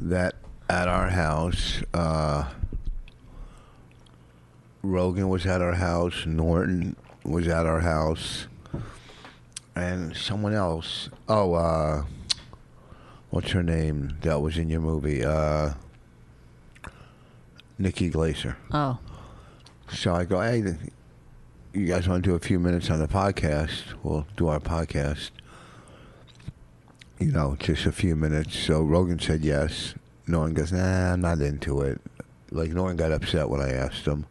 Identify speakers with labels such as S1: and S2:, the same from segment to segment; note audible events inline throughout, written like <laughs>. S1: that at our house, uh, Rogan was at our house, Norton was at our house, and someone else. Oh, uh, what's her name that was in your movie? Uh, Nikki Glaser.
S2: Oh,
S1: So I go, hey, th- you guys want to do a few minutes on the podcast? We'll do our podcast. You know, just a few minutes. So Rogan said yes. Norton goes, nah, I'm not into it. Like, Norton got upset when I asked him.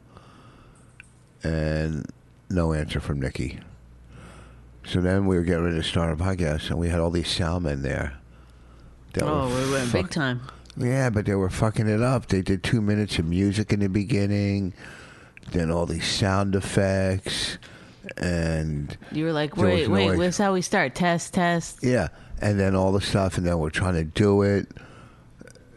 S1: And no answer from Nikki. So then we were getting ready to start our podcast, and we had all these salmon there. that were
S2: oh, we went
S1: fuck-
S2: big time.
S1: yeah, but they were fucking it up. They did two minutes of music in the beginning, then all these sound effects, and
S2: You were like,
S1: There was
S2: wait, wait,
S1: noise.
S2: this is how we start. Test, test.
S1: yeah, and then all the stuff, and then we're trying to do it,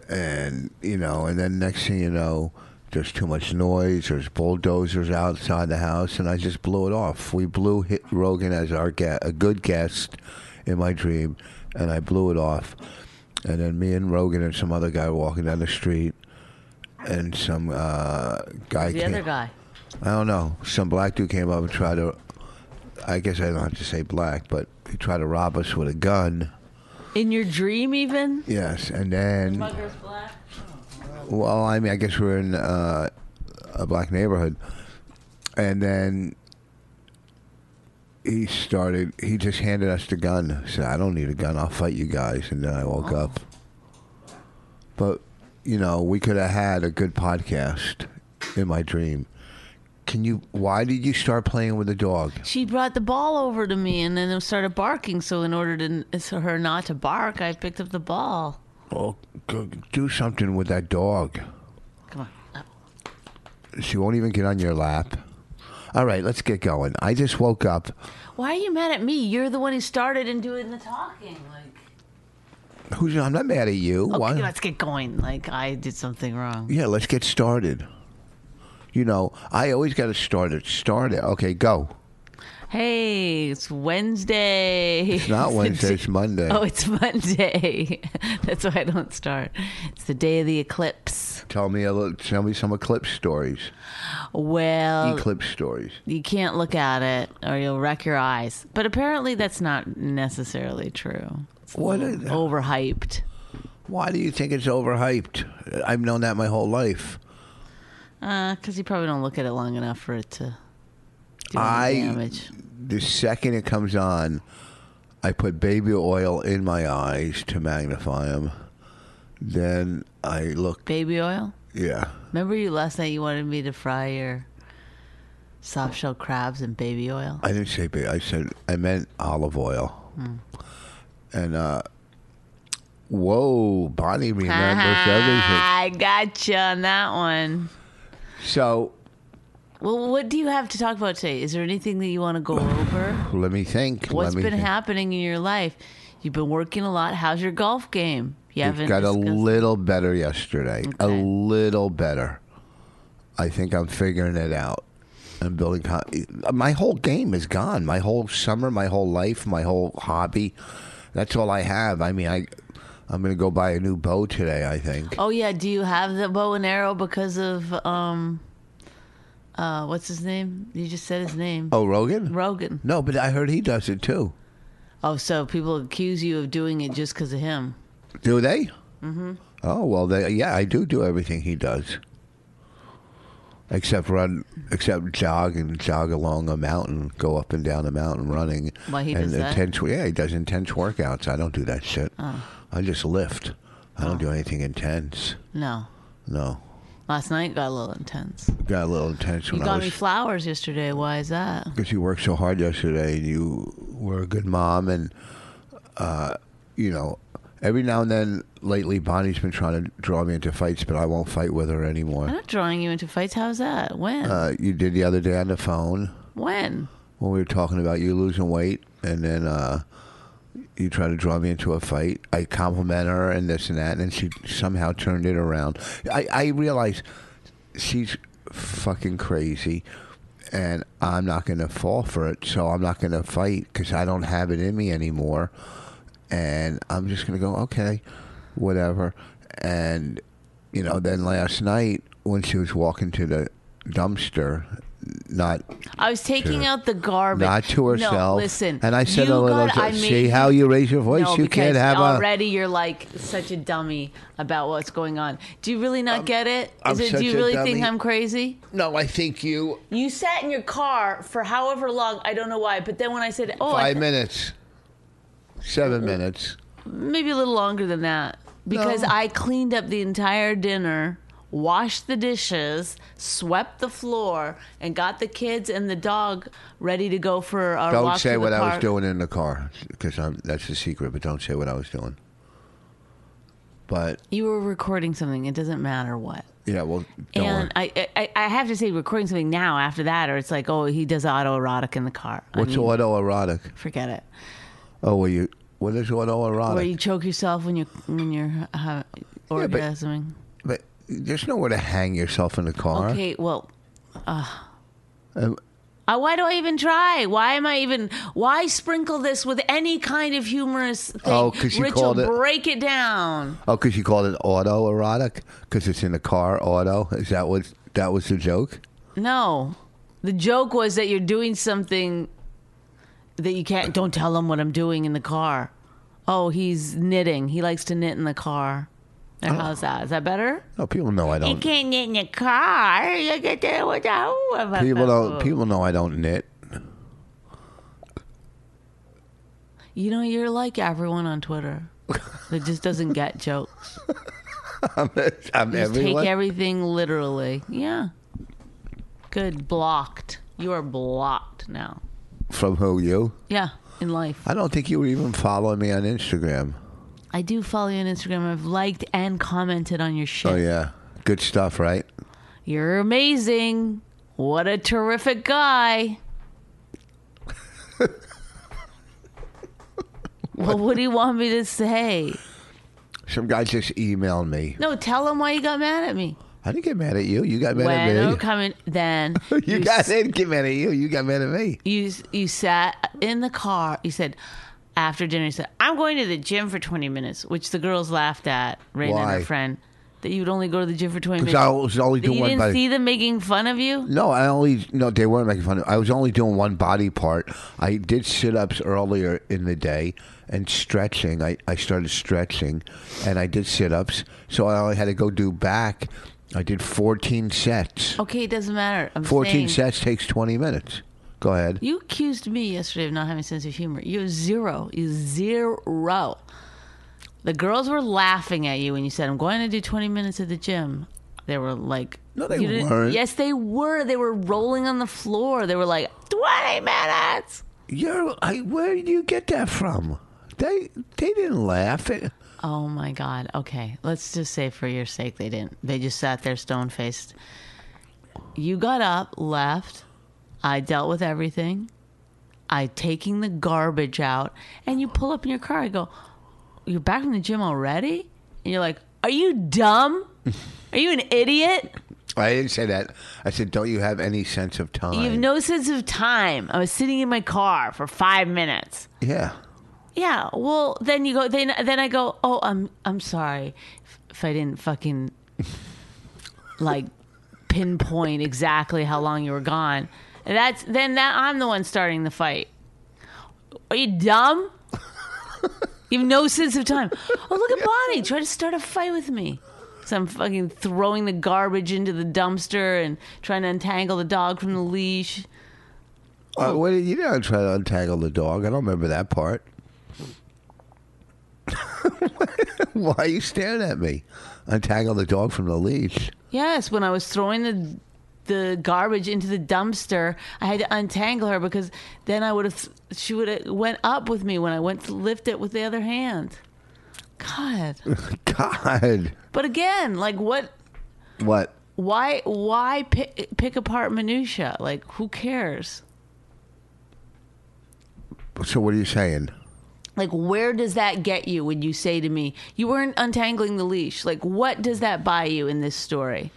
S1: and you know, and then next thing you know, there's too much noise. There's bulldozers outside the house, and I just blew it off. We blew hit Rogan as our ga- a good guest in my dream, and I blew it off. And then me and Rogan and some other guy were walking down the street, and some uh, guy
S2: The
S1: came.
S2: other guy.
S1: I don't know. Some black dude came up and tried to. I guess I don't have to say black, but he tried to rob us with a gun.
S2: In your dream, even?
S1: Yes, and then
S2: Mugger's black.
S1: well, I mean, I guess we're in uh, a black neighborhood, and then he started. He just handed us the gun. Said, "I don't need a gun. I'll fight you guys." And then I woke up. But you know, we could have had a good podcast in my dream. Can you? Why did you start playing with the dog?
S2: she brought the ball over to me and then it started barking. So in order to so her not to bark, I picked up the ball.
S1: Oh, go, do something with that dog.
S2: Come on, up.
S1: She won't even get on your lap. All right, let's get going. I just woke up.
S2: why are you mad at me? You're the one who started and doing the talking. Like,
S1: Who's? I'm not mad at you.
S2: okay,
S1: Why?
S2: let's get going. Like I did something wrong.
S1: yeah, let's get started. You know, I always got to start it. Start it. Okay,
S2: <laughs>
S1: go.
S2: Hey, it's Wednesday.
S1: It's
S2: <laughs>
S1: not Wednesday. It's Monday.
S2: Oh, it's Monday. <laughs> That's why I don't start. It's the day of the eclipse.
S1: Tell me a little. Tell me some eclipse stories.
S2: Well,
S1: Eclipse stories.
S2: you can't look at it or you'll wreck your eyes. But apparently, that's not necessarily true. Oh.
S1: What? Is,
S2: Overhyped.
S1: why do you think it's overhyped? I've known that my whole life.
S2: Uh, Because you probably don't look at it long enough for it to. doing
S1: I-
S2: damage.
S1: The second it comes on, I put baby oil in my eyes to magnify them. Then I look,
S2: Baby oil.
S1: yeah.
S2: Remember you last night? You wanted me to fry your soft shell crabs in
S1: <laughs>
S2: baby oil.
S1: I didn't say baby. I said I meant olive oil.
S2: Hmm.
S1: And uh, whoa, Bonnie
S2: <laughs>
S1: remembers everything.
S2: I got you on that one.
S1: So
S2: Well, what do you have to talk about today? Is there anything that you want to
S1: <sighs>
S2: go over?
S1: let me think.
S2: What's
S1: let me
S2: been
S1: think.
S2: happening in your life? You've been working a lot. How's your golf game? You
S1: It
S2: haven't
S1: got a
S2: discussed-
S1: little better yesterday. A
S2: Okay.
S1: little better. I think I'm figuring it out. I'm building. co- My whole game is gone. My whole summer, my whole life, my whole hobby. That's all I have. I mean, I, I'm going to go buy a new bow today. I think.
S2: Oh yeah, do you have the bow and arrow because of um uh what's his name? You just said his name.
S1: Oh, Rogan.
S2: Rogan.
S1: no, but I heard he does it too.
S2: Oh, so people accuse you of doing it just because of him.
S1: Do they? Mm-hmm. Oh well, they, yeah, I do do everything he does, except run, except jog and jog along a mountain, go up and down a mountain running.
S2: Why, he
S1: and
S2: does that? Oh.
S1: intense, Yeah, he does intense workouts. I don't do that shit. I just lift. I don't do anything intense.
S2: No.
S1: No,
S2: Last night got a little intense.
S1: got a little intense
S2: You
S1: when I
S2: got
S1: was
S2: me flowers yesterday. Why is that?
S1: because you worked so hard yesterday and you were a good mom and uh, you know every now and then lately bonnie's been trying to draw me into fights but i won't fight with her
S2: I'm
S1: anymore
S2: not drawing you into fights. How's that? When?
S1: uh, you did the other day on the phone
S2: when?
S1: when we were talking about you losing weight and then uh, you try to draw me into a fight i compliment her and this and that and then she somehow turned it around i, I realize she's fucking crazy and i'm not going to fall for it so i'm not going to fight because i don't have it in me anymore and i'm just going to go okay whatever and you know then last night when she was walking to the dumpster not
S2: I was taking
S1: To-
S2: out the garbage.
S1: not to herself.
S2: No, listen.
S1: And I said
S2: you
S1: a little.
S2: got- I
S1: see
S2: made
S1: how you raise your voice.
S2: No,
S1: you
S2: because
S1: can't have a.
S2: already you're like such a dummy about what's going on. Do you really not get it?
S1: I'm
S2: Is it
S1: such
S2: do you
S1: a
S2: really
S1: dummy.
S2: think I'm crazy?
S1: No, I think you
S2: You sat in your car for however long, I don't know why, but then when I said, "Oh, I Uh,
S1: five minutes, seven minutes.
S2: maybe a little longer than that because
S1: No.
S2: I cleaned up the entire dinner, washed the dishes, swept the floor, and got the kids and the dog ready to go for a
S1: Don't
S2: walk
S1: say
S2: to the
S1: what I was
S2: park.
S1: doing in the car because that's a secret. But don't say what I was doing. But
S2: You were recording something. It doesn't matter what.
S1: yeah, well, don't worry.
S2: And I, I, I have to say, recording something now after that, or it's like, oh, he does autoerotic in the car. I
S1: What's
S2: mean,
S1: autoerotic?
S2: Forget it.
S1: Oh, well, you. What is autoerotic?
S2: Where you choke yourself when you're when you're uh,
S1: but-
S2: orgasming.
S1: but there's nowhere to hang yourself in the car.
S2: okay, well,
S1: Um,
S2: uh, why do I even try? Why am I even? Why sprinkle this with any kind of humorous thing?
S1: Oh, 'cause you
S2: Rich
S1: called
S2: will
S1: it-
S2: break it down.
S1: Oh, because you called it autoerotic because it's in the car. Auto is that what that was the joke?
S2: No, the joke was that you're doing something that you can't. Don't tell him what I'm doing in the car. Oh, he's knitting. He likes to knit in the car. Or
S1: Oh.
S2: how's that? Is that better?
S1: No, people know I
S2: You
S1: don't.
S2: can't knit in the car. You get to with the
S1: <laughs> People don't. People know I don't knit. <laughs>
S2: You know, you're like everyone on Twitter that just doesn't get <laughs> jokes.
S1: I'm
S2: Just
S1: everyone.
S2: take everything literally. Yeah. Good. Blocked. You are blocked now.
S1: From who you?
S2: Yeah. In life.
S1: I don't think you were even following me on Instagram.
S2: I do follow you on Instagram. I've liked and commented on your shit.
S1: Oh yeah, good stuff, right?
S2: You're amazing. What a
S1: <laughs>
S2: terrific guy. well, what do you want me to say?
S1: Some guy just emailed me.
S2: No, tell him why you got mad at me.
S1: I didn't get mad at you. You got mad
S2: when
S1: at
S2: I'm
S1: <laughs> me.
S2: coming, then
S1: You,
S2: you
S1: guys didn't get mad at you. You got mad at me.
S2: you you sat in the car. You said after dinner, you said, "I'm going to the gym for 20 minutes," which the girls laughed at. Raina and
S1: Why?
S2: her friend that you would only go to the gym for 20
S1: Because
S2: minutes.
S1: I was only
S2: That
S1: doing
S2: you
S1: one
S2: didn't
S1: body.
S2: see them making fun of you.
S1: no, I only no. They weren't making fun of. I was only doing one body part. I did sit ups earlier in the day and stretching. I I started stretching, and I did sit ups. So I only had to go do back. I did fourteen sets.
S2: Oh, Okay, it doesn't matter. I'm
S1: 14
S2: saying,
S1: sets takes 20 minutes. Go ahead.
S2: You accused me yesterday of not having a sense of humor. You're zero. You zero. The girls were laughing at you when you said, "I'm going to do 20 minutes at the gym." They were like,
S1: No, they
S2: you didn't-
S1: weren't.
S2: Yes, they were. They were rolling on the floor. They were like, "20 minutes."
S1: You're, I, where do you get that from? They they didn't laugh. It,
S2: Oh my God. Okay. Let's just say for your sake, they didn't. They just sat there stone faced. You got up, left. I dealt with everything. I taking the garbage out, and you pull up in your car. I go, You're back from the gym already? And you're like, Are you dumb? Are you an idiot?
S1: I didn't say that. I said, don't you have any sense of time?
S2: You have no sense of time. I was sitting in my car for five minutes.
S1: yeah.
S2: Yeah. Well, then you go. Then then I go. Oh, I'm I'm sorry if- if I didn't fucking like pinpoint exactly how long you were gone. And That's then that I'm the one starting the fight. Are you dumb? You have no sense of time. Oh, look at Bonnie try to start a fight with me. So I'm fucking throwing the garbage into the dumpster and trying to untangle the dog from the leash. Oh.
S1: Uh, what did you not try to untangle the dog? I don't remember that part. <laughs> Why are you staring at me? Untangle the dog from the leash. <laughs>
S2: Yes, when I was throwing the the garbage into the dumpster, I had to untangle her because then I would have she would have went up with me when I went to lift it with the other hand. God.
S1: God.
S2: But again, like what
S1: What?
S2: why why pick, pick apart minutia? Like who cares?
S1: So what are you saying?
S2: Like where does that get you when you say to me, you weren't untangling the leash? Like what does that buy you in this story?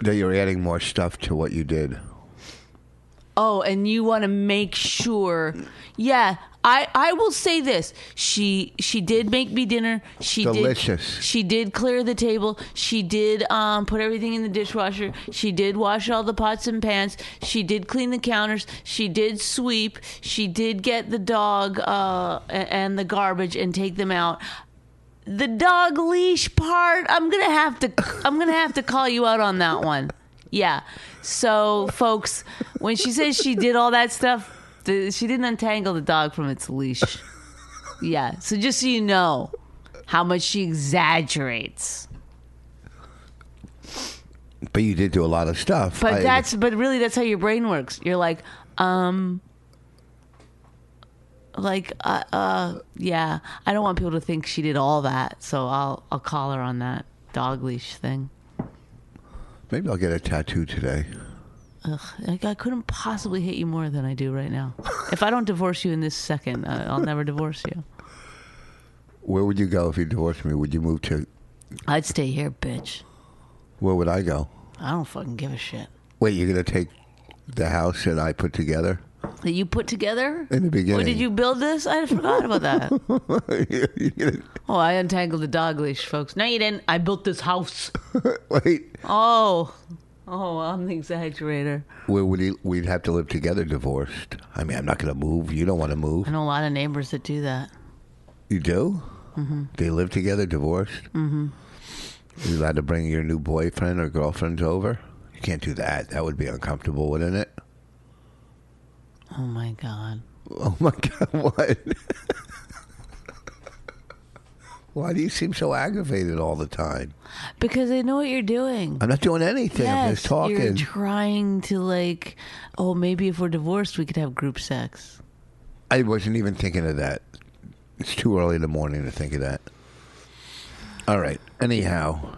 S1: That you're adding more stuff to what you did.
S2: Oh, and you want to make sure. Yeah, I I will say this. She she did make me dinner. She
S1: Delicious.
S2: Did, she did clear the table. She did um put everything in the dishwasher. She did wash all the pots and pans. She did clean the counters. She did sweep. She did get the dog uh a- and the garbage and take them out. The dog leash part, I'm going to have to I'm going to have to call you out on that one. Yeah. So, folks, when she says she did all that stuff, the, she didn't untangle the dog from its leash. Yeah. So, just so you know how much she exaggerates.
S1: But you did do a lot of stuff.
S2: But
S1: I-
S2: that's, but really, that's how your brain works. You're like, um, like, uh, uh, yeah, I don't want people to think she did all that. So, I'll, I'll call her on that dog leash thing.
S1: maybe I'll get a tattoo today.
S2: Ugh, I, I couldn't possibly hate you more than I do right now. If I don't divorce you in this second, uh, I'll never divorce you.
S1: Where would you go if you divorced me? Would you move to?
S2: I'd stay here, bitch.
S1: Where would I go?
S2: I don't fucking give a shit.
S1: Wait, you're gonna take the house that I put together
S2: That you put together?
S1: in the beginning?
S2: Or did you build this? I forgot about that.
S1: <laughs>
S2: <laughs>
S1: You're gonna-
S2: Oh, I untangled the dog leash, folks. No, you didn't. I built this house.
S1: <laughs> Wait,
S2: Oh, oh, I'm the exaggerator.
S1: where would he, we'd have to live together, divorced? I mean, I'm not gonna move. You don't want to
S2: I
S1: move.
S2: know a lot of neighbors that do that.
S1: You do? Mm-hmm. They live together, divorced. Mm-hmm. You allowed to bring your new boyfriend or girlfriend over? You can't do that. That would be uncomfortable, wouldn't it?
S2: Oh my god.
S1: Oh my <laughs> god, what? Why do you seem so aggravated all the time?
S2: Because they know what you're doing.
S1: I'm not doing anything. I'm just
S2: You're
S1: talking.
S2: trying to like, oh, maybe if we're divorced, we could have group sex.
S1: I wasn't even thinking of that. It's too early in the morning to think of that. All right. Anyhow.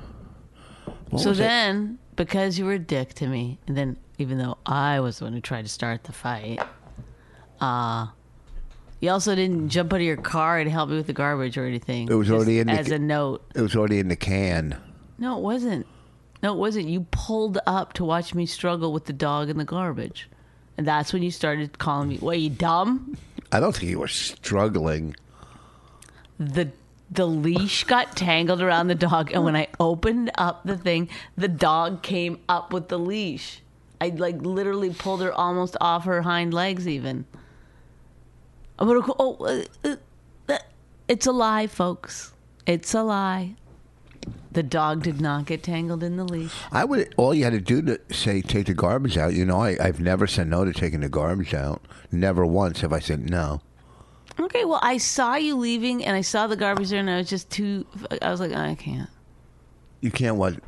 S1: What
S2: so
S1: was I-
S2: then, because you were a dick to me, and then even though I was the one who tried to start the fight, uh, you also didn't jump out of your car and help me with the garbage or anything.
S1: It was
S2: just
S1: already in the-
S2: as a note.
S1: it was already in the can.
S2: No, it wasn't. No, it wasn't. You pulled up to watch me struggle with the dog and the garbage, and that's when you started calling me. What, you dumb?
S1: I don't think you were struggling.
S2: the the leash got tangled around the dog and when i opened up the thing the dog came up with the leash i like literally pulled her almost off her hind legs even I'm gonna go- oh, uh, uh, uh, it's a lie folks it's a lie The dog did not get tangled in the leash.
S1: I would. All you had to do to say take the garbage out. You know, I, I've never said no to taking the garbage out. Never once have I said no.
S2: Okay, well, I saw you leaving and I saw the garbage there and I was just too, I was like, I can't
S1: You can't. What?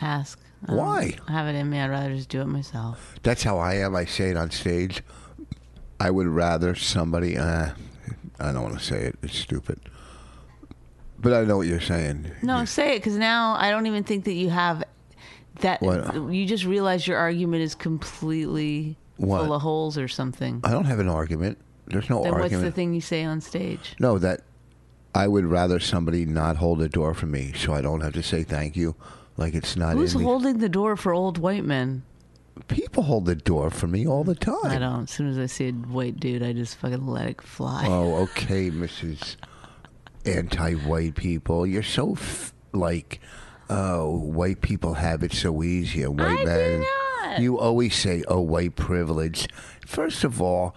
S2: ask. I don't
S1: Why?
S2: have it in me. I'd rather just do it myself.
S1: That's how I am. I say it on stage. I would rather somebody. Uh, I don't want to say it. It's stupid. But I know what you're saying.
S2: No, say it because now I don't even think that you have that.
S1: What?
S2: You just realize your argument is completely
S1: What?
S2: full of holes or something.
S1: I don't have an argument. There's no
S2: then
S1: argument.
S2: what's the thing you say on stage?
S1: No, that I would rather somebody not hold the door for me, so I don't have to say thank you. Like it's not
S2: Who's
S1: in me.
S2: holding the door for old white men?
S1: People hold the door for me all the time.
S2: I don't. As soon as I see a white dude, I just fucking let it fly.
S1: <laughs> Oh, okay, Mrs. Anti-white people. You're so f- like, oh, white people have it so easy. And white
S2: I do
S1: men.
S2: not.
S1: You always say, oh, white privilege. First of all,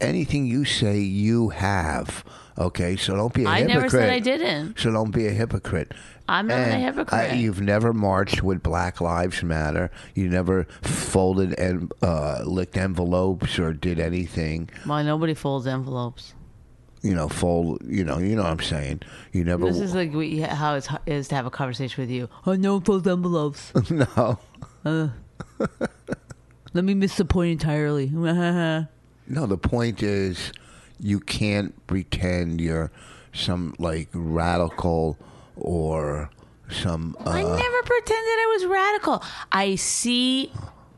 S1: anything you say, you have. Okay, so don't be a
S2: I
S1: hypocrite.
S2: never said I didn't.
S1: So don't be a hypocrite.
S2: I'm not a
S1: And
S2: hypocrite.
S1: I- you've never marched with Black Lives Matter. You never folded and uh, licked envelopes or did anything.
S2: Well, nobody folds envelopes.
S1: You know, fold. You know, you know what I'm saying. You never.
S2: This is like we, how it is to have a conversation
S1: <laughs>
S2: with you. Oh, I don't fold envelopes.
S1: no,
S2: let me miss the point entirely. <laughs>
S1: no. The point is, you can't pretend you're some like radical or some.
S2: I
S1: Uh,
S2: never pretended I was radical. I see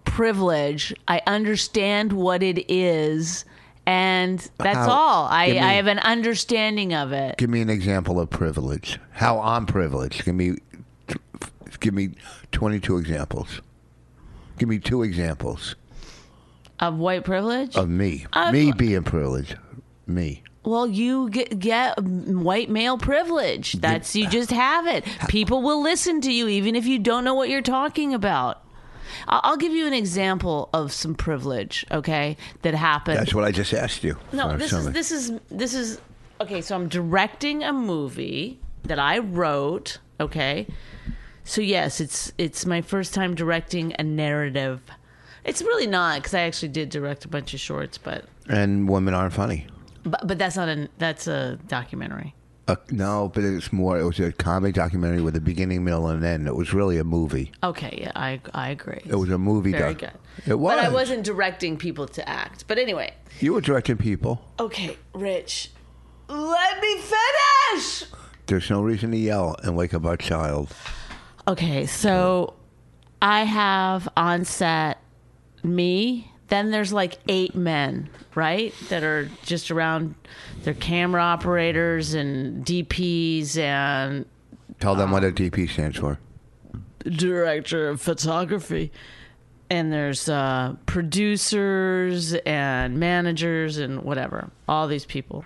S2: privilege. I understand what it is, and that's
S1: How?
S2: all. I,
S1: Give me-
S2: I have an understanding of it.
S1: give me an example of privilege. How I'm privileged. Give me, give me 22 examples. Give me two examples.
S2: Of white privilege?
S1: Of me.
S2: Of-
S1: me being privileged. Me.
S2: well, you get, get white male privilege. That's you just have it. People will listen to you even if you don't know what you're talking about. I- I'll give you an example of some privilege, okay, that happened.
S1: That's what I just asked you.
S2: No,
S1: Or
S2: this is
S1: something.
S2: this is this is okay. So I'm directing a movie that I wrote. Okay, so yes, it's it's my first time directing a narrative. It's really not because I actually did direct a bunch of shorts, but
S1: And women aren't funny.
S2: but, but that's not a that's a documentary.
S1: Uh, no, but it's more. It was a comedy documentary with a beginning, middle, and end. It was really a movie.
S2: Okay, yeah, I I agree.
S1: It was a movie.
S2: very
S1: doc-
S2: good.
S1: It was.
S2: but I wasn't directing people to act. But anyway,
S1: You were directing people.
S2: okay, Rich, let me finish.
S1: There's no reason to yell and wake up our child.
S2: Okay, so I have on set me. Then there's like eight men, right? That are just around. They're camera operators and DPs and
S1: Tell them what a DP stands for.
S2: director of photography. And there's uh, producers and managers and whatever, all these people.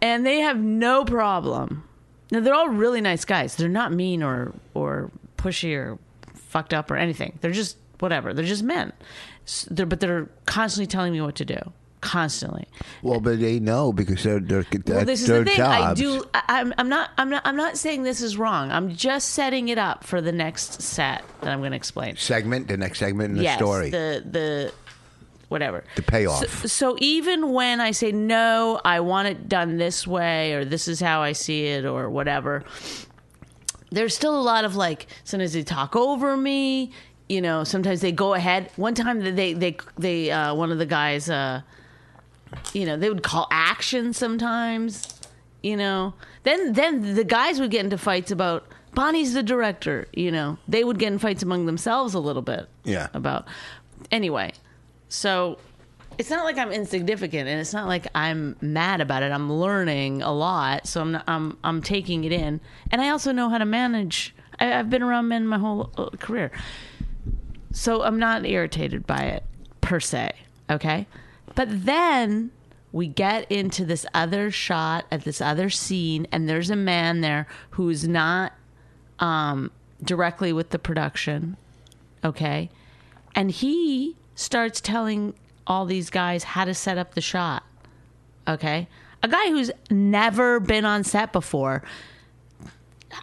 S2: And they have no problem. Now, they're all really nice guys. They're not mean or, or pushy or fucked up or anything. They're just whatever. They're just men. S they're, but they're constantly telling me what to do, constantly.
S1: Well, but they know because they're they're that's
S2: Well, this is
S1: their
S2: the thing.
S1: jobs.
S2: I do. I, I'm, I'm not. I'm not. I'm not saying this is wrong. I'm just setting it up for the next set that I'm going to explain.
S1: segment. The next segment in the
S2: yes,
S1: story.
S2: the the whatever
S1: The payoff.
S2: So, so even when I say no, I want it done this way, or this is how I see it, or whatever. There's still a lot of like. Sometimes they talk over me. You know. Sometimes they go ahead. One time they they they uh, one of the guys. Uh, you know they would call action sometimes you know then then the guys would get into fights about bonnie's the director you know they would get in fights among themselves a little bit
S1: Yeah.
S2: about anyway so it's not like i'm insignificant and it's not like i'm mad about it i'm learning a lot so i'm not, i'm i'm taking it in and i also know how to manage I, i've been around men my whole uh, career so I'm not irritated by it per se. Okay. But then we get into this other shot at this other scene, and there's a man there who's not um, directly with the production. Okay. And he starts telling all these guys how to set up the shot. Okay. A guy who's never been on set before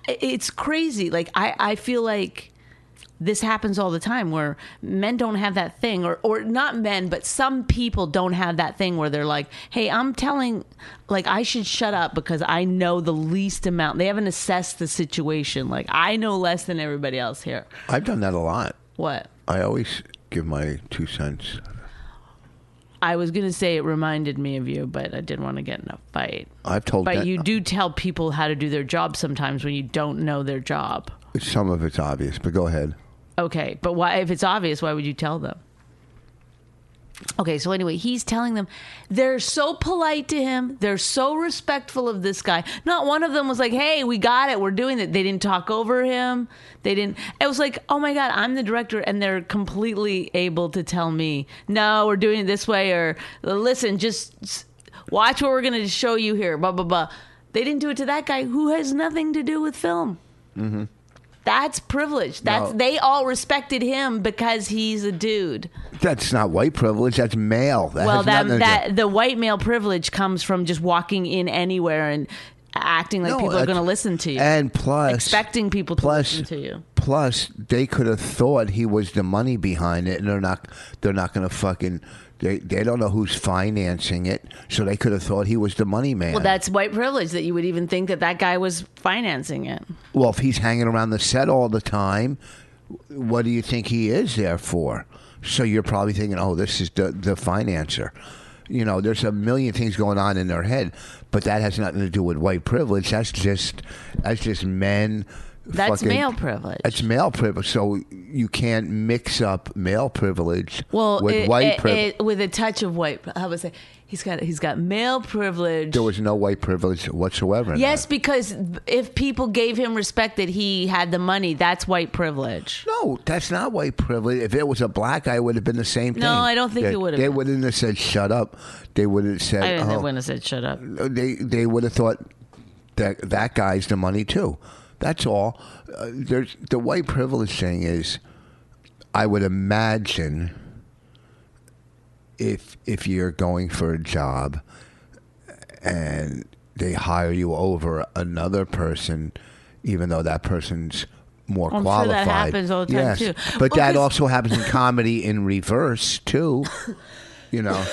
S2: it's crazy. Like I, I feel like this happens all the time where men don't have that thing or or not men but some people don't have that thing where they're like hey i'm telling like i should shut up because i know the least amount they haven't assessed the situation like i know less than everybody else here
S1: I've done that a lot.
S2: what
S1: I always give my two cents.
S2: i was going to say it reminded me of you but i didn't want to get in a fight
S1: I've told
S2: but
S1: that-
S2: you do tell people how to do their job sometimes when you don't know their job
S1: Some of it's obvious, but go ahead.
S2: Okay, but why? If it's obvious, why would you tell them? Okay, so anyway, he's telling them they're so polite to him. They're so respectful of this guy. Not one of them was like, "Hey, we got it. We're doing it." They didn't talk over him. They didn't. It was like, "Oh my god, I'm the director," and they're completely able to tell me, "No, we're doing it this way," or "Listen, just s- watch what we're going to show you here." Blah blah blah. They didn't do it to that guy who has nothing to do with film. That's privilege. That's
S1: No.
S2: they all respected him because he's a dude.
S1: That's not white privilege. That's male. That
S2: well,
S1: has
S2: that
S1: nothing to do-
S2: that the white male privilege comes from just walking in anywhere and acting like
S1: No,
S2: people are
S1: that's-
S2: going to listen to you,
S1: And plus,
S2: expecting people to
S1: plus,
S2: listen to you.
S1: plus they could have thought he was the money behind it, and they're not. They're not going to fucking. They they don't know who's financing it, so they could have thought he was the money man.
S2: Well, that's white privilege that you would even think that that guy was financing it.
S1: Well, if he's hanging around the set all the time, what do you think he is there for? So you're probably thinking, oh, this is the the financer. You know, there's a million things going on in their head, but that has nothing to do with white privilege. That's just that's just men.
S2: That's
S1: fucking-
S2: male privilege.
S1: That's male privilege. So you can't mix up male privilege
S2: well,
S1: with
S2: it-
S1: white
S2: it-
S1: privilege.
S2: it- with a touch of white. I would say he's got he's got male privilege.
S1: there was no white privilege whatsoever. in
S2: yes, because if people gave him respect that he had the money, that's white privilege.
S1: No, that's not white privilege. If it was a black guy, it would have been the same thing.
S2: I don't think
S1: they,
S2: it would have
S1: They
S2: been.
S1: wouldn't have said shut up. They would have said.
S2: I didn't
S1: oh.
S2: think when I said shut up.
S1: They they would have thought that that guy's the money too. That's all. Uh, there's the white privilege thing is. I would imagine if if you're going for a job and they hire you over another person, even though that person's more
S2: I'm sure that
S1: qualified.
S2: happens all the time,
S1: Yes.
S2: too.
S1: But
S2: Well,
S1: that
S2: 'cause-
S1: also happens in comedy in reverse too. You
S2: <laughs>
S1: know,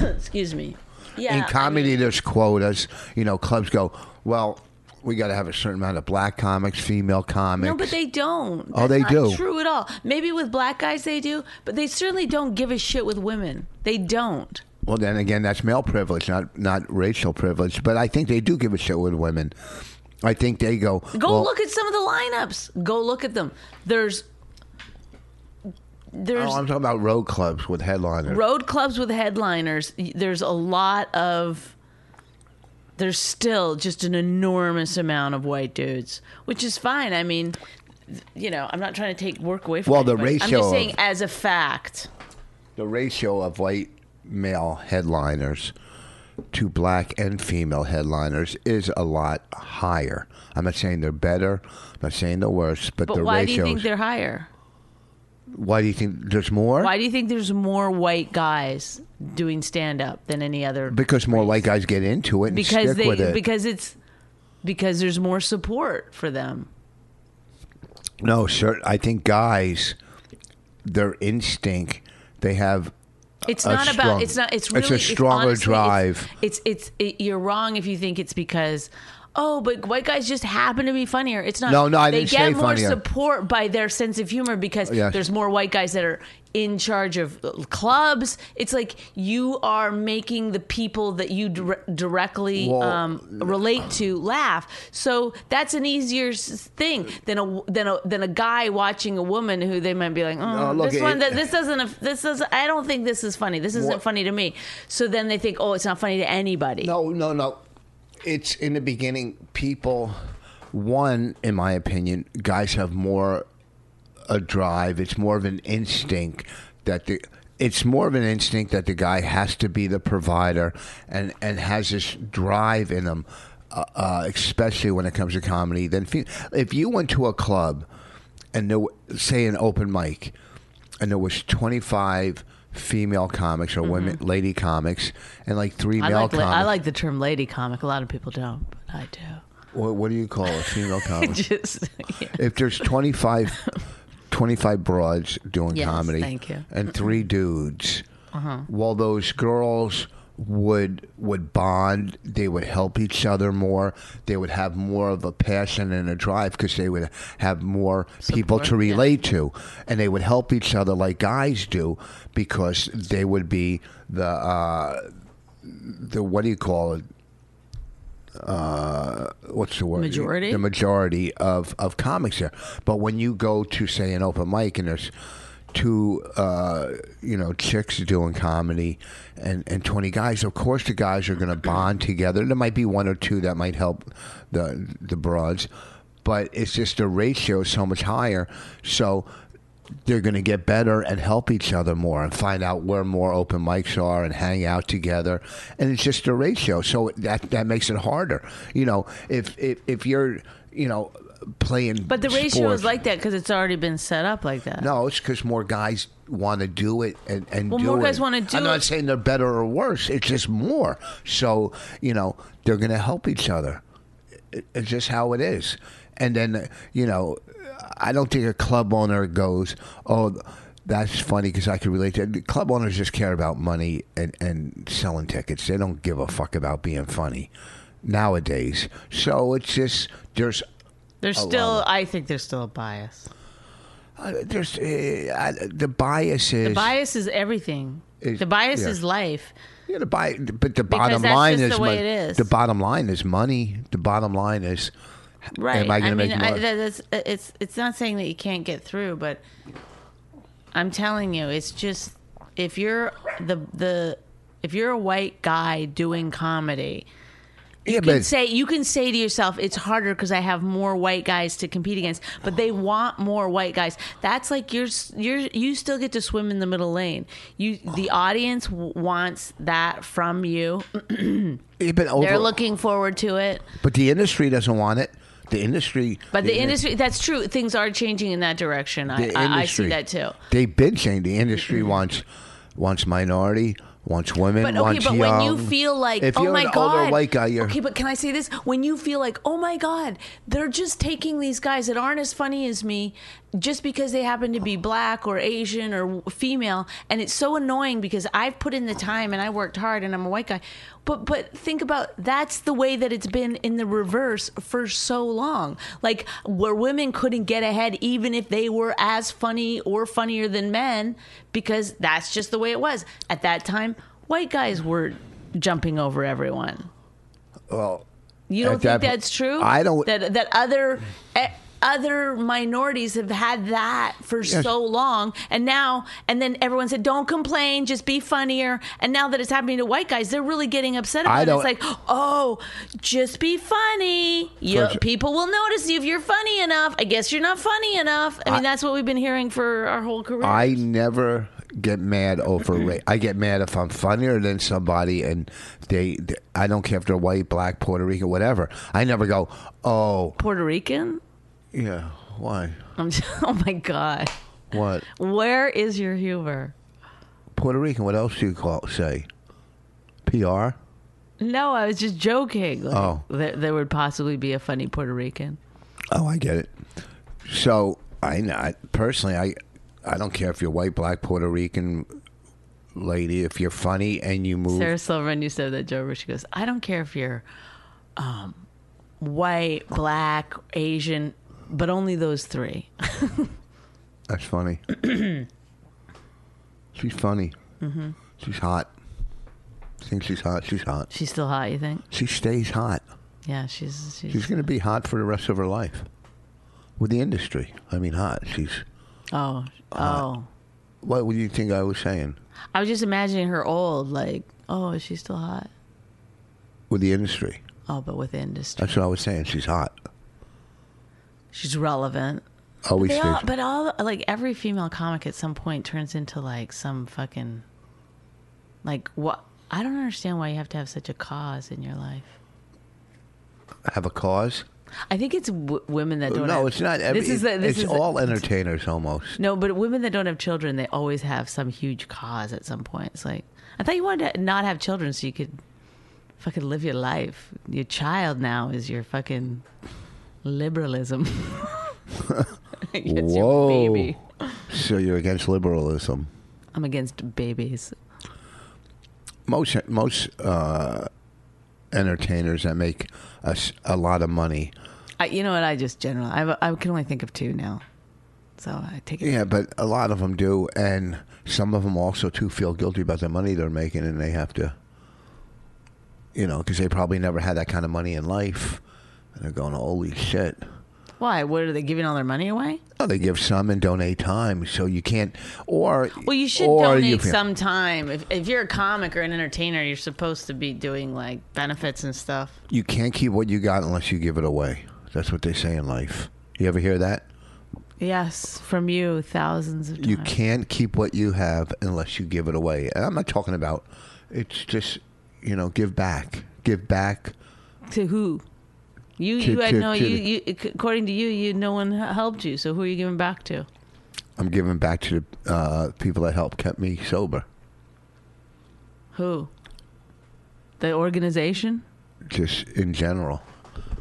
S2: Excuse me. Yeah.
S1: in comedy there's quotas. You know, clubs go well. We got to have a certain amount of black comics, female comics.
S2: no, but they don't.
S1: Oh, they
S2: That's
S1: do.
S2: Not true at all. Maybe with black guys they do, but they certainly don't give a shit with women. They don't.
S1: Well, then again, that's male privilege, not not racial privilege. But I think they do give a shit with women. I think they go.
S2: Go
S1: well,
S2: look at some of the lineups. Go look at them. There's there's
S1: Oh, I'm talking about road clubs with headliners.
S2: road clubs with headliners. There's a lot of there's still just an enormous amount of white dudes, which is fine. I mean, th- you know, I'm not trying to take work away from.
S1: Well, the
S2: anybody. I'm
S1: ratio
S2: just
S1: of-
S2: saying, as a fact.
S1: the ratio of white male headliners to black and female headliners is a lot higher. I'm not saying they're better. I'm not saying they're worse. But,
S2: But
S1: the
S2: why do
S1: ratios.
S2: you think they're higher?
S1: why do you think there's more?
S2: Why do you think there's more white guys doing stand up than any other?
S1: because more white guys get into it and
S2: because
S1: stick with
S2: they
S1: it.
S2: because it's because there's more support for them.
S1: No, sure. I think guys, their instinct, they have.
S2: It's
S1: a
S2: not
S1: strong-
S2: about. It's not. It's
S1: it's
S2: really.
S1: a stronger
S2: honestly,
S1: drive.
S2: It's it's. it's it, you're wrong if you think it's because. Oh, but white guys just happen to be funnier. It's not.
S1: No, no, I
S2: They
S1: didn't
S2: get
S1: say
S2: more
S1: funnier.
S2: support by their sense of humor because
S1: Yes.
S2: there's more white guys that are in charge of uh, clubs. It's like you are making the people that you dir- directly
S1: Well,
S2: um, relate to laugh. So that's an easier s- thing than a than a than a guy watching a woman who they might be like,
S1: No,
S2: oh,
S1: look,
S2: this one,
S1: it-
S2: this doesn't, this doesn't. I don't think this is funny. This isn't
S1: What-
S2: funny to me. So then they think, oh, it's not funny to anybody.
S1: No, no, no. It's in the beginning. People, one, in my opinion, guys have more a drive. It's more of an instinct that the. It's more of an instinct that the guy has to be the provider, and and has this drive in him, uh, uh, especially when it comes to comedy. Then fe- if you went to a club, and there, w- say an open mic, and there was twenty five female comics or women lady comics, and like three
S2: Mm-hmm. I
S1: male
S2: like, li-
S1: comics.
S2: I like the term lady comic. A lot of people don't, but I do. <laughs>
S1: What, what do you call a female comedy?
S2: Just yeah.
S1: if there's 25, 25 broads doing
S2: Yes,
S1: comedy
S2: thank you. Mm-hmm. Uh-huh.
S1: and three dudes while those girls would would bond they would help each other more they would have more of a passion and a drive because they would have more people to
S2: Support, yeah.
S1: relate to and they would help each other like guys do because they would be the uh the what do you call it uh, what's the word?
S2: Majority?
S1: The majority of, of comics there. But when you go to say an open mic and there's two uh, you know chicks doing comedy and, and 20 guys of course the guys are going to bond together there might be one or two that might help the the broads but it's just the ratio is so much higher so they're going to get better and help each other more and find out where more open mics are and hang out together and it's just a ratio so that that makes it harder you know if if, if you're you know playing
S2: But the ratio
S1: sports-
S2: is like that because it's already been set up like that.
S1: no it's because more guys want to do it and, and
S2: Well,
S1: do
S2: more
S1: it.
S2: guys wanna do
S1: i'm not
S2: it.
S1: saying they're better or worse it's just more so you know they're going to help each other it- it's just how it is. And then, you know, I don't think a club owner goes, oh, that's funny because I can relate to it. Club owners just care about money and, and selling tickets. They don't give a fuck about being funny nowadays. So it's just, there's,
S2: There's still, I think there's still a bias.
S1: uh, there's, uh, I, the bias is.
S2: The bias is everything.
S1: It's-
S2: the bias
S1: yeah.
S2: is life.
S1: Yeah, the buy, but the bottom
S2: that's
S1: line
S2: just
S1: is
S2: the way
S1: mon-
S2: it is.
S1: The bottom line is money. The bottom line is,
S2: Right.
S1: Am I gonna make
S2: mean,
S1: you
S2: I,
S1: more-
S2: that, that's, uh, it's, it's not saying that you can't get through, but I'm telling you, it's just if you're the, the, if you're a white guy doing comedy,
S1: yeah,
S2: you can
S1: but
S2: say you can say to yourself it's harder because i have more white guys to compete against but they want more white guys that's like you're s- you're you still get to swim in the middle lane you the audience w- wants that from you
S1: yeah, but over,
S2: they're looking forward to it
S1: But the industry doesn't want it. The industry,
S2: but the
S1: in-
S2: industry that's true things are changing in that direction I,
S1: the
S2: I, I
S1: industry-
S2: see that too
S1: They've been saying the industry wants wants minority, wants women,
S2: But okay,
S1: wants
S2: but
S1: young.
S2: when you feel like,
S1: if
S2: oh
S1: you're
S2: my
S1: an
S2: god,
S1: older white guy, you're
S2: okay. But can I say this? When you feel like, oh my god, they're just taking these guys that aren't as funny as me, just because they happen to be black or Asian or w- female, and it's so annoying because I've put in the time and I worked hard and I'm a white guy. But but think about that's the way that it's been in the reverse for so long. Like where women couldn't get ahead even if they were as funny or funnier than men because that's just the way it was. At that time, white guys were jumping over everyone.
S1: well,
S2: You
S1: At
S2: don't
S1: that
S2: think
S1: po-
S2: that's true?
S1: I don't-
S2: That that other eh, other minorities have had that for
S1: Yes.
S2: so long, and now and then everyone said, "Don't complain, just be funnier." And now that it's happening to white guys, they're really getting upset about
S1: I
S2: it. It's
S1: don't-
S2: like, "Oh, just be funny. You,
S1: First-
S2: people will notice you if you're funny enough." I guess you're not funny enough. I mean,
S1: I-
S2: that's what we've been hearing for our whole career.
S1: I never get mad over race. I get mad if I'm funnier than somebody, and they, they- I don't care if they're white, black, Puerto Rican, whatever. I never go, oh
S2: Puerto Rican? <laughs>
S1: yeah, why,
S2: I'm just, oh my god.
S1: what
S2: Where is your humor?
S1: Puerto Rican? What else do you call say? PR.
S2: No, I was just joking. Like,
S1: Oh.
S2: there, there would possibly be a funny Puerto Rican.
S1: Oh, I get it. So I, I personally, I, I don't care if you're white, black, Puerto Rican lady. If you're funny and you move,
S2: Sarah Silverman used to have that joke where she goes, "I don't care if you're um, white, black, Asian, but only those three. <laughs>
S1: that's funny. she's funny. Mm-hmm. She's hot. Think she's hot. She's hot.
S2: She's still hot, you think?
S1: She stays hot.
S2: Yeah, she's she's,
S1: She's going to be hot for the rest of her life. With the industry, I mean, hot. She's.
S2: oh oh.
S1: What would you think I was saying?
S2: I was just imagining her old, like oh, is she still hot?
S1: With the industry,
S2: Oh, but with industry,
S1: that's what I was saying. She's hot.
S2: she's relevant.
S1: Always
S2: They
S1: stays.
S2: all, but all like every female comic at some point turns into like some fucking like what I don't understand why you have to have such a cause in your life.
S1: have a cause.
S2: I think it's w- women that don't.
S1: No,
S2: have-
S1: it's not. Every,
S2: this is the, this
S1: it's
S2: is the-
S1: all entertainers almost.
S2: no, but women that don't have children, they always have some huge cause at some point. It's like I thought you wanted to not have children so you could fucking live your life. Your child now is your fucking liberalism. <laughs> <laughs> It's your baby.
S1: So you're against liberalism.
S2: I'm against babies.
S1: Most most uh, entertainers that make a, s- a lot of money.
S2: I, you know what? I just general. I, I can only think of two now, so I take it.
S1: Yeah, but a lot of them do, and some of them also too feel guilty about the money they're making, and they have to, you know, because they probably never had that kind of money in life, and they're going, "Holy shit!"
S2: Why? What are they giving all their money away?
S1: Oh, they give some and donate time, so you can't. Or
S2: Well, you should
S1: or
S2: donate
S1: feel-
S2: some time. If, if you're a comic or an entertainer, you're supposed to be doing like benefits and stuff.
S1: You can't keep what you got unless you give it away. That's what they say in life. You ever hear that?
S2: Yes, from you, thousands of times.
S1: You can't keep what you have unless you give it away. And I'm not talking about. It's just you know, give back, give back.
S2: to who? You
S1: To-
S2: you had
S1: to-
S2: no
S1: to
S2: you,
S1: the-
S2: you according to you you no one h- helped you. So who are you giving back to?
S1: I'm giving back to the uh, people that helped kept me sober.
S2: Who? The organization?
S1: Just in general,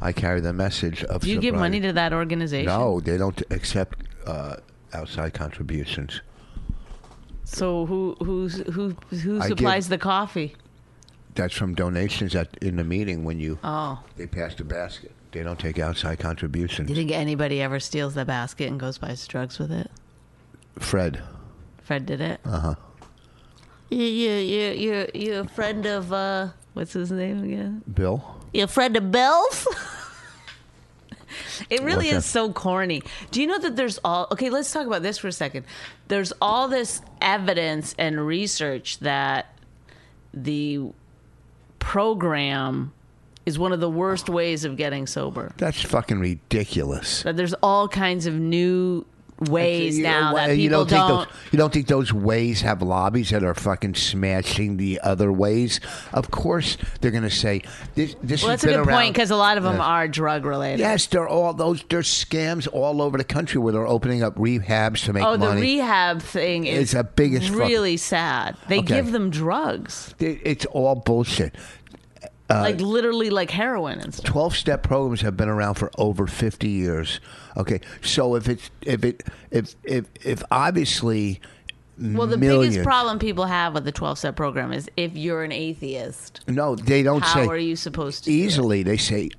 S1: I carry the message of.
S2: Do you give money to that organization?
S1: No, they don't accept uh, outside contributions.
S2: So who who's who who
S1: I give-
S2: supplies the coffee?
S1: That's from donations at in the meeting when you
S2: Oh,
S1: they pass the basket. They don't take outside
S2: do you
S1: contributions.
S2: think anybody ever steals the basket and goes buys drugs with it?
S1: Fred,
S2: Fred did it. Uh huh. You you you you you a friend of uh what's his name again?
S1: Bill.
S2: You a friend of Bill's? <laughs> it really
S1: What's that?
S2: is so corny. Do you know that there's all okay? Let's talk about this for a second. There's all this evidence and research that the program is one of the worst ways of getting sober.
S1: That's fucking ridiculous.
S2: That there's all kinds of new ways
S1: You know
S2: now
S1: why-
S2: that people
S1: you don't,
S2: don't.
S1: Think those, you don't think those ways have lobbies that are fucking smashing the other ways? Of course, they're going to say this. This
S2: well,
S1: has
S2: that's a
S1: been
S2: good
S1: around.
S2: point because a lot of them
S1: Yeah.
S2: are drug related.
S1: Yes, they're all those. There's scams all over the country where they're opening up rehabs to make
S2: Oh,
S1: money.
S2: the rehab thing is
S1: It's the biggest fucking-
S2: really sad. They
S1: Okay.
S2: give them drugs,
S1: It- it's all bullshit. Uh,
S2: like literally like heroin and stuff.
S1: 12 step programs have been around for over 50 years okay so if it's if it if if if obviously
S2: Well, the biggest
S1: millions-
S2: problem people have with the 12 step program is if you're an atheist,
S1: no they don't
S2: how
S1: say
S2: are you supposed to? do it?
S1: easily they say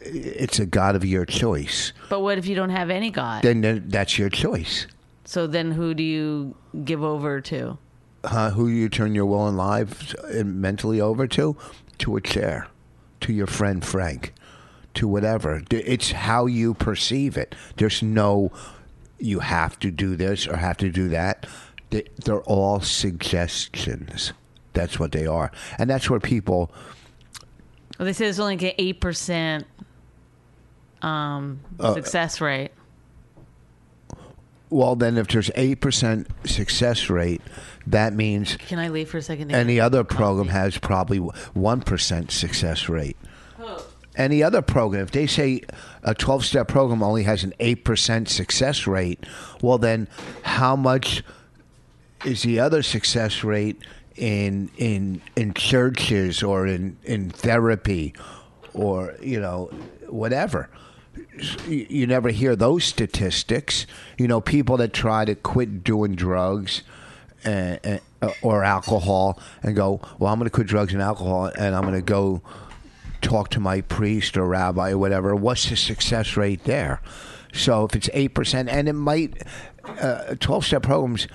S1: it's a god of your choice
S2: But what if you don't have any God?
S1: then th- that's your choice
S2: so then who do you give over to?
S1: huh? uh, who you turn your will and life and mentally over to to a chair to your friend frank to whatever D- it's how you perceive it there's no you have to do this or have to do that They- they're all suggestions that's what they are and that's where people
S2: Well, they say there's only like an 8% um,
S1: Uh,
S2: success rate.
S1: well then if there's 8% success rate that means
S2: Can I leave for a second? to-
S1: any other program has probably 1% success rate
S2: Oh.
S1: any other program, if they say a 12 step program only has an 8% success rate, well, then how much is the other success rate in, in, in churches or in, in therapy or, you know, whatever? You, you never hear those statistics. You know, people that try to quit doing drugs. And, and, or alcohol, and go. Well, I'm going to quit drugs and alcohol, and I'm going to go talk to my priest or rabbi or whatever. What's the success rate there? So if it's eight percent, and it might twelve step programs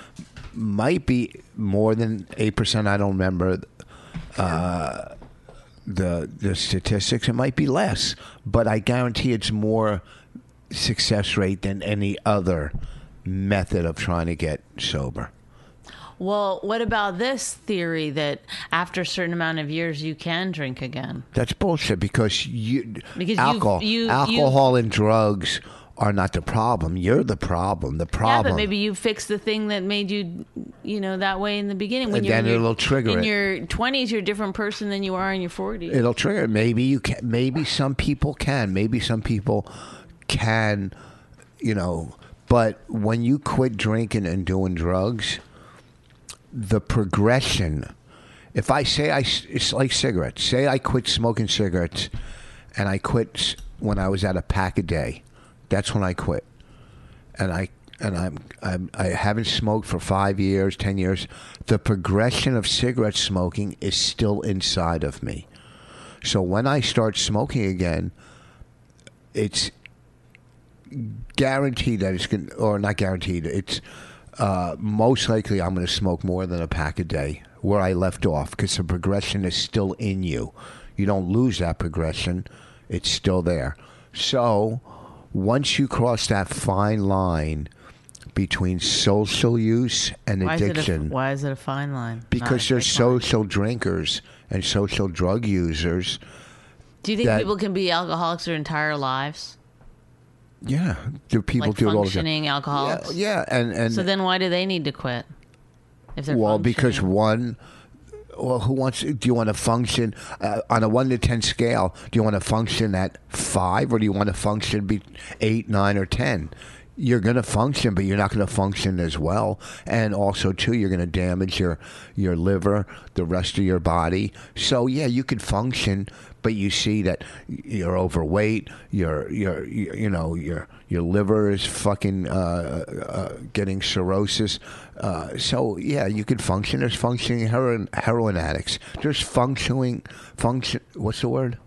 S1: might be more than eight percent. I don't remember uh, the the statistics. It might be less, but I guarantee it's more success rate than any other method of trying to get sober.
S2: Well, what about this theory that after a certain amount of years you can drink again?
S1: That's bullshit because you
S2: Because you've-
S1: alcohol,
S2: you-
S1: alcohol and drugs are not the problem. You're the problem. The problem.
S2: Yeah, but maybe you fix the thing that made you, you know, that way in the beginning. When
S1: And
S2: you're
S1: then
S2: in your-
S1: it'll trigger
S2: in
S1: it.
S2: your twenties. You're a different person than you are in your forties.
S1: it'll trigger. Maybe you can. Maybe some people can. Maybe some people can. You know, but when you quit drinking and doing drugs, the progression If I say I, s- it's like cigarettes. Say I quit smoking cigarettes, and I quit s- when I was at a pack a day. That's when I quit, and I and I'm, I'm I haven't smoked for five years, ten years. The progression of cigarette smoking is still inside of me. So when I start smoking again, it's guaranteed that it's going or not guaranteed it's uh, most likely i'm going to smoke more than a pack a day where i left off because the progression is still in you you don't lose that progression it's still there so once you cross that fine line between social use and
S2: Why is, it a,
S1: addiction
S2: why is it a fine line? Not
S1: because
S2: a
S1: they're
S2: fine line.
S1: social drinkers and social drug users
S2: Do you think
S1: that-
S2: people can be alcoholics their entire lives?
S1: yeah do people
S2: Like
S1: do it all the time
S2: functioning alcoholics?
S1: yeah, yeah and and
S2: So then why do they need to quit? If they're
S1: Well, because
S2: functioning?
S1: one, well, who wants? Do you want to function uh, on a one to ten scale? Do you want to function at five, or do you want to function be eight, nine, or ten? You're going to function, but you're not going to function as well. And also, too, you're going to damage your your liver, the rest of your body. So yeah, you could function, but you see that you're overweight. Your your you you know your your liver is fucking uh, uh, getting cirrhosis. Uh, so yeah, you could function. There's functioning heroin heroin addicts. There's functioning function. What's the word?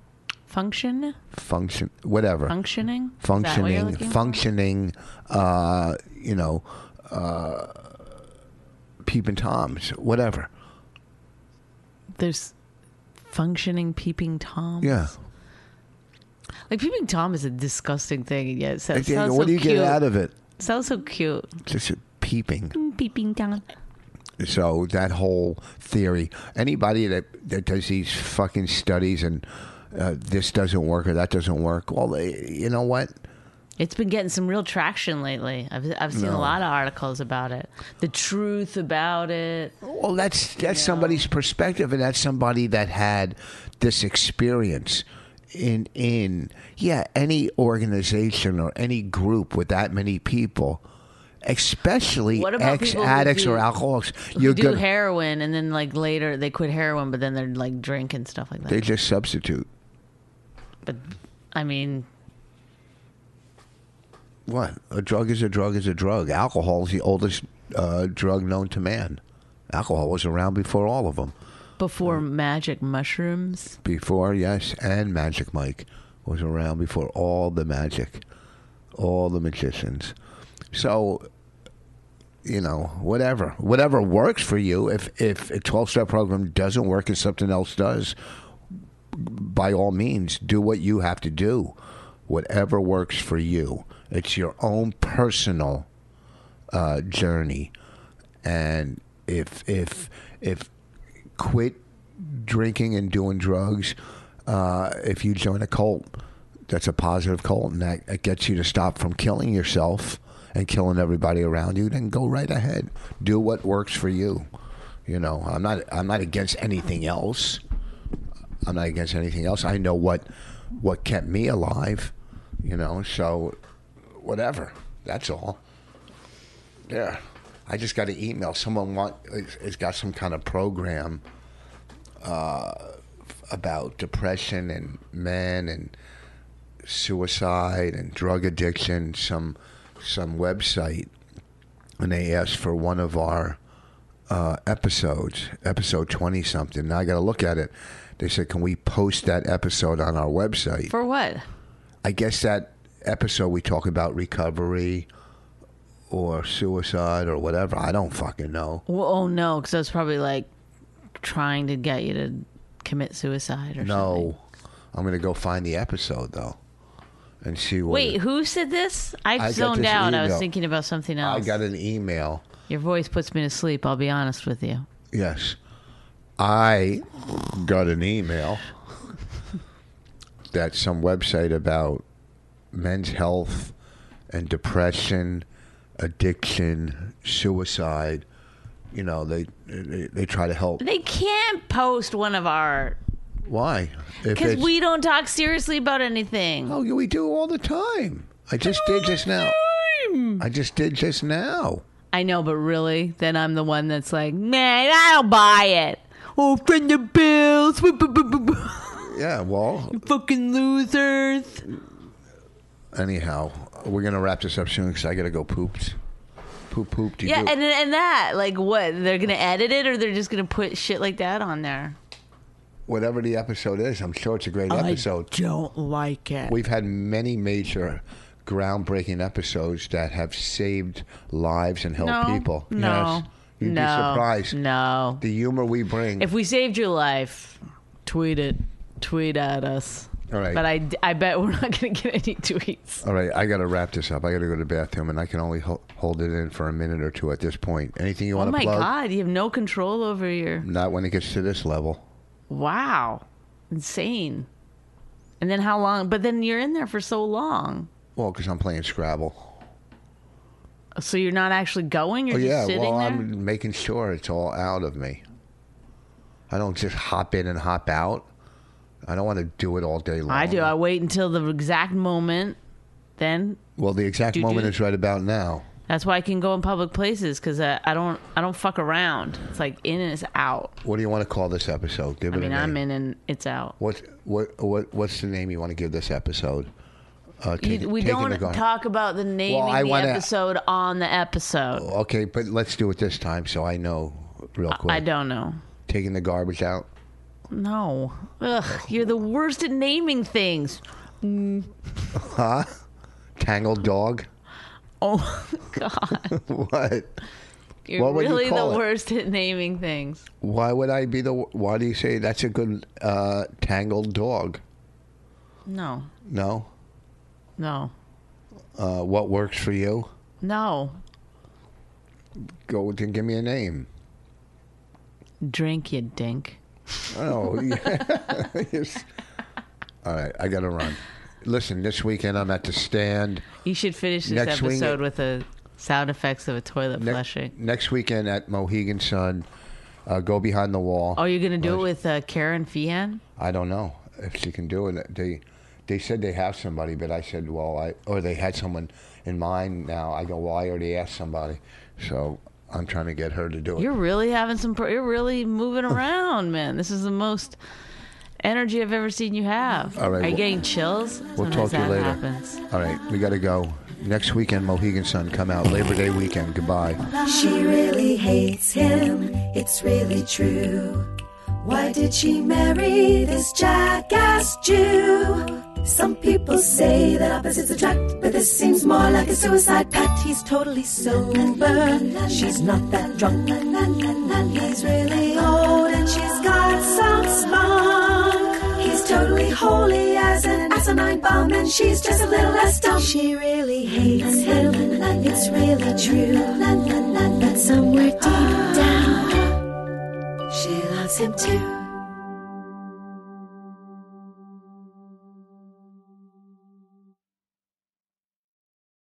S2: function
S1: Function. Whatever.
S2: functioning Is that what you're
S1: functioning.
S2: looking for?
S1: Functioning. Uh, you know, uh, peeping toms. Whatever.
S2: There's functioning peeping tom.
S1: Yeah.
S2: Like peeping tom is a disgusting thing. and Yet it sounds,
S1: Again,
S2: sounds
S1: what
S2: so
S1: do you
S2: cute.
S1: get out of it?
S2: Sounds so cute.
S1: Just a peeping.
S2: Mm, Peeping tom.
S1: So that whole theory, anybody that that does these fucking studies and uh, this doesn't work or that doesn't work, well, they, you know what?
S2: It's been getting some real traction lately. I've I've seen a lot of articles about it. The truth about it.
S1: Well, that's that's somebody's perspective, and that's somebody that had this experience in in yeah any organization or any group with that many people, especially
S2: What about
S1: ex
S2: people who
S1: addicts
S2: do-
S1: or alcoholics.
S2: You
S1: You're
S2: do
S1: good.
S2: heroin and then like later they quit heroin, but then they're like drinking stuff like that.
S1: they just substitute.
S2: but I mean,
S1: What? A drug is a drug is a drug. Alcohol is the oldest uh, drug known to man. Alcohol was around before all of them.
S2: before
S1: Mm.
S2: magic mushrooms,
S1: Before, yes, and Magic Mike was around before all the magic, all the magicians. So, you know, whatever, whatever works for you. If if a twelve step program doesn't work and something else does, by all means, do what you have to do. Whatever works for you. It's your own personal uh, journey, and if if if quit drinking and doing drugs, uh, if you join a cult, that's a positive cult, and that it gets you to stop from killing yourself and killing everybody around you. Then go right ahead, do what works for you. You know, I'm not I'm not against anything else. I'm not against anything else. I know what what kept me alive. You know, so whatever. That's all. Yeah. I just got an email. Someone want it's, it's got some kind of program uh, about depression and men and suicide and drug addiction some some website and they asked for one of our uh, episodes episode 20 something now i gotta look at it they said can we post that episode on our website
S2: for what?
S1: i guess that episode we talk about recovery or suicide or whatever i don't fucking know
S2: Well, oh no, because I was probably like trying to get you to commit suicide or something.
S1: no i'm gonna go find the episode though and see what
S2: Wait,
S1: it-
S2: who said this? I,
S1: got
S2: zoned
S1: this
S2: out. I was
S1: email.
S2: thinking about something
S1: I
S2: else.
S1: got an email.
S2: Your voice puts me to sleep. I'll be honest with you.
S1: Yes. I got an email that some website about men's health and depression, addiction, suicide, you know, they they, they try to help.
S2: They can't post one of our
S1: Why? If
S2: because
S1: it's-
S2: we don't talk seriously about anything.
S1: Oh, we do all the time. I just did just now. I just did just now.
S2: I know, but really, then I'm the one that's like, man, I don't buy it. oh, friend the bills,
S1: Yeah, well,
S2: fucking losers.
S1: anyhow, we're going to wrap this up soon because I got to go pooped. Poop, poop, do
S2: Yeah,
S1: do.
S2: and and that like what they're gonna edit it or they're just gonna put shit like that on there.
S1: Whatever the episode is, I'm sure it's a great episode.
S2: don't like it.
S1: We've had many major groundbreaking episodes that have saved lives and helped
S2: no,
S1: Oh, people.
S2: No,
S1: Yes. You'd
S2: no,
S1: be surprised.
S2: No,
S1: The humor we bring.
S2: if we saved your life, tweet it, tweet at us.
S1: All right.
S2: But I, d- I bet we're <laughs> not gonna get any tweets.
S1: All right, I got to wrap this up. I got to go to the bathroom, and I can only ho- hold it in for a minute or two at this point. Anything you want
S2: Oh
S1: to
S2: my
S1: plug?
S2: god, you have no control over your
S1: Not when it gets to this level.
S2: wow, insane. And then how long? But then you're in there for so long,
S1: Well, because I'm playing Scrabble.
S2: so you're not actually going. You're
S1: Oh
S2: just
S1: yeah,
S2: sitting
S1: well
S2: there.
S1: I'm making sure it's all out of me. I don't just hop in and hop out. I don't want to do it all day long.
S2: I do. I wait until the exact moment. Then
S1: well, the exact
S2: Do- do-
S1: moment is right about now.
S2: that's why I can go in public places because I, I don't I don't fuck around. It's like in and it's out.
S1: What do you want to call this episode? Give
S2: I
S1: it
S2: mean,
S1: a name.
S2: I'm in and it's out.
S1: What what what what's the name you want to give this episode? Uh,
S2: You-
S1: Take-
S2: we
S1: Taking
S2: don't
S1: the Gar-
S2: talk about the naming
S1: Well, I
S2: the
S1: wanna- Oh,
S2: episode on the episode.
S1: Okay, but let's do it this time so I know real quick.
S2: I don't know.
S1: Taking the garbage out.
S2: No. Ugh,
S1: Oh.
S2: you're the worst at naming things.
S1: Tangled dog. <laughs>
S2: Oh <laughs> God,
S1: what?
S2: you're
S1: What would you
S2: really
S1: call
S2: the
S1: it?
S2: worst at naming things.
S1: Why would I be the? Why do you say that's a good uh, tangled dog?
S2: No,
S1: No.
S2: no,
S1: Uh, what works for you?
S2: no.
S1: Go with and give me a name.
S2: Drink you dink.
S1: Oh, <laughs> yeah. Yes. All right, I gotta run. Listen, this weekend I'm at the stand.
S2: You should finish this
S1: Next wing-
S2: episode with the sound effects of a toilet
S1: Ne-
S2: flushing.
S1: Next weekend at Mohegan Sun. Uh, go behind the wall.
S2: Oh, you're gonna do it with uh, Karen Fian?
S1: I don't know if she can do it. They they said they have somebody, but I said, well, I or they had someone in mind. Now I go, well, I already asked somebody, so I'm trying to get her to do it.
S2: You're really having some. Pro- you're really
S1: <laughs>
S2: moving around, man. This is the most energy I've ever seen you have.
S1: All right,
S2: Are you
S1: well-
S2: getting chills?
S1: We'll talk
S2: Sometimes
S1: to you
S2: that
S1: later.
S2: Happens.
S1: All right, we got to go. Next weekend, Mohegan Sun come out Labor Day weekend. Goodbye.
S3: She really hates him, it's really true. Why did she marry this jackass Jew? Some people say that opposites attract, but this seems more like a suicide pact. He's totally sober, she's not that drunk. He's really old and she's got some spunk. He's totally holy as an asinine bomb, and she's just a little less dumb. She really hates him, it's really true. But somewhere deep down, she loves him too.